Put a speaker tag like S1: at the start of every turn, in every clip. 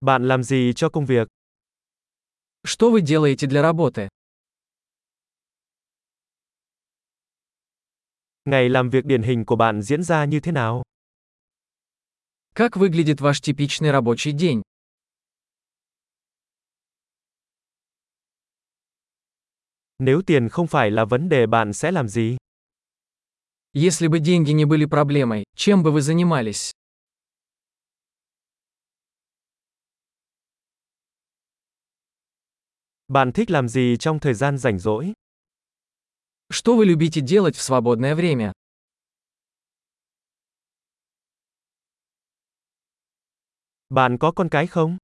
S1: Bạn làm gì cho công việc?
S2: Что вы делаете для работы?
S1: Ngày làm việc điển hình của bạn diễn ra như thế nào?
S2: Как выглядит ваш типичный рабочий день?
S1: Nếu tiền không phải là vấn đề bạn sẽ làm gì?
S2: Если бы деньги не были проблемой, чем бы вы занимались?
S1: Bạn thích làm gì trong thời gian rảnh rỗi?
S2: Что вы любите делать в свободное время?
S1: Bạn có con cái không?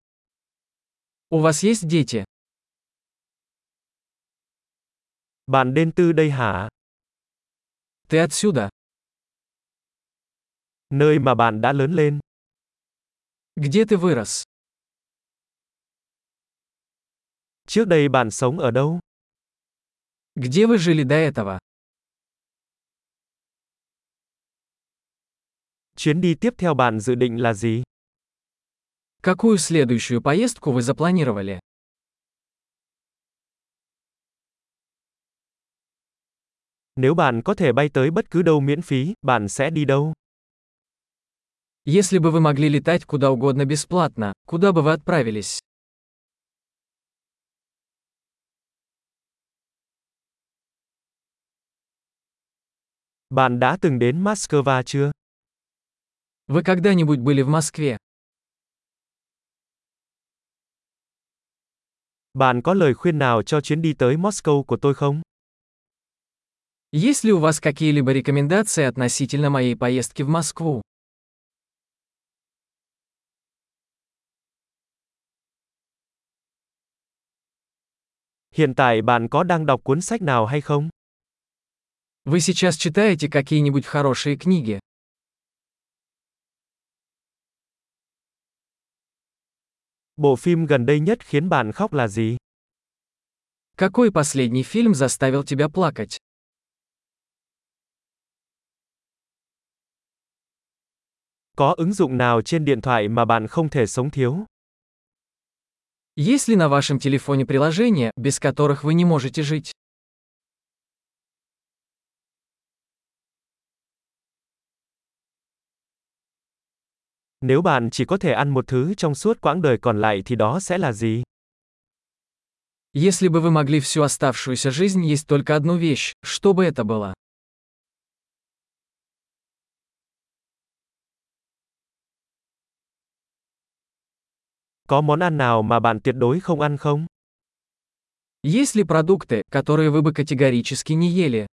S2: У вас есть дети?
S1: Bạn đến từ đây hả?
S2: Ты отсюда?
S1: Nơi mà bạn đã lớn lên.
S2: Где ты вырос?
S1: Trước đây bạn sống ở đâu?
S2: Где вы жили до этого?
S1: Chuyến đi tiếp theo bạn dự định là gì?
S2: Какую следующую поездку вы запланировали?
S1: Nếu bạn có thể bay tới bất cứ đâu miễn phí, bạn sẽ đi đâu?
S2: Если бы вы могли летать куда угодно бесплатно, куда бы вы отправились?
S1: Bạn đã từng đến Moscow chưa?
S2: Вы когда-нибудь были в Москве?
S1: Bạn có lời khuyên nào cho chuyến đi tới Moscow của tôi không?
S2: Есть ли у вас какие-либо рекомендации относительно моей поездки в Москву?
S1: Hiện tại bạn có đang đọc cuốn sách nào hay không?
S2: Вы сейчас читаете какие-нибудь хорошие книги?
S1: Bộ phim gần đây nhất khiến bạn khóc là gì?
S2: Какой последний фильм заставил тебя плакать?
S1: Có ứng dụng nào trên điện thoại mà bạn không thể sống thiếu?
S2: Есть ли на вашем телефоне приложения, без которых вы не можете жить?
S1: Nếu bạn chỉ có thể ăn một thứ trong suốt quãng đời còn lại thì đó sẽ là gì?
S2: Если бы вы могли всю оставшуюся жизнь есть только одну вещь, что бы это было?
S1: Có món ăn nào mà bạn tuyệt đối không ăn không?
S2: Есть ли продукты, которые вы бы категорически не ели?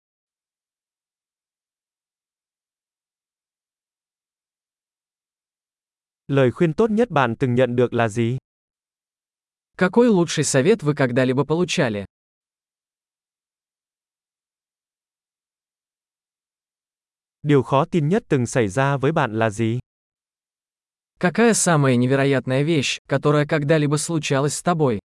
S1: Lời khuyên tốt nhất bạn từng nhận được là gì?
S2: Какой лучший совет вы когда-либо получали?
S1: Điều khó tin nhất từng xảy ra với bạn là gì?
S2: Какая самая невероятная вещь, которая когда-либо случалась с тобой?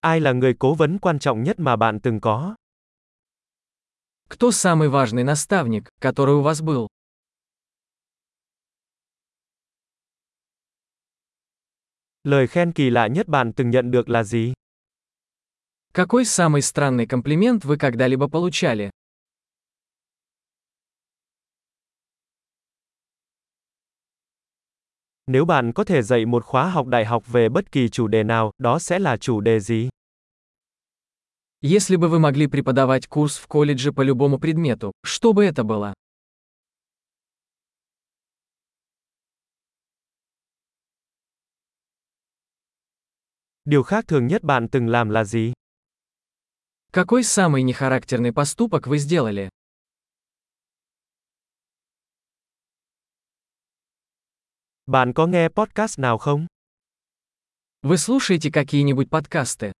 S1: Ai là người cố vấn quan trọng nhất mà bạn từng có?
S2: Кто самый важный наставник, который у вас был?
S1: Lời khen kỳ lạ nhất bạn từng nhận được là gì?
S2: Какой самый странный комплимент вы когда-либо получали?
S1: Nếu bạn có thể dạy một khóa học đại học về bất kỳ chủ đề nào, đó sẽ là chủ đề gì?
S2: Если бы вы могли преподавать курс в колледже по любому предмету, что бы это было?
S1: Điều khác thường nhất bạn từng làm là gì?
S2: Какой самый нехарактерный поступок вы сделали?
S1: Bạn có nghe podcast nào không?
S2: Вы слушаете какие-нибудь подкасты?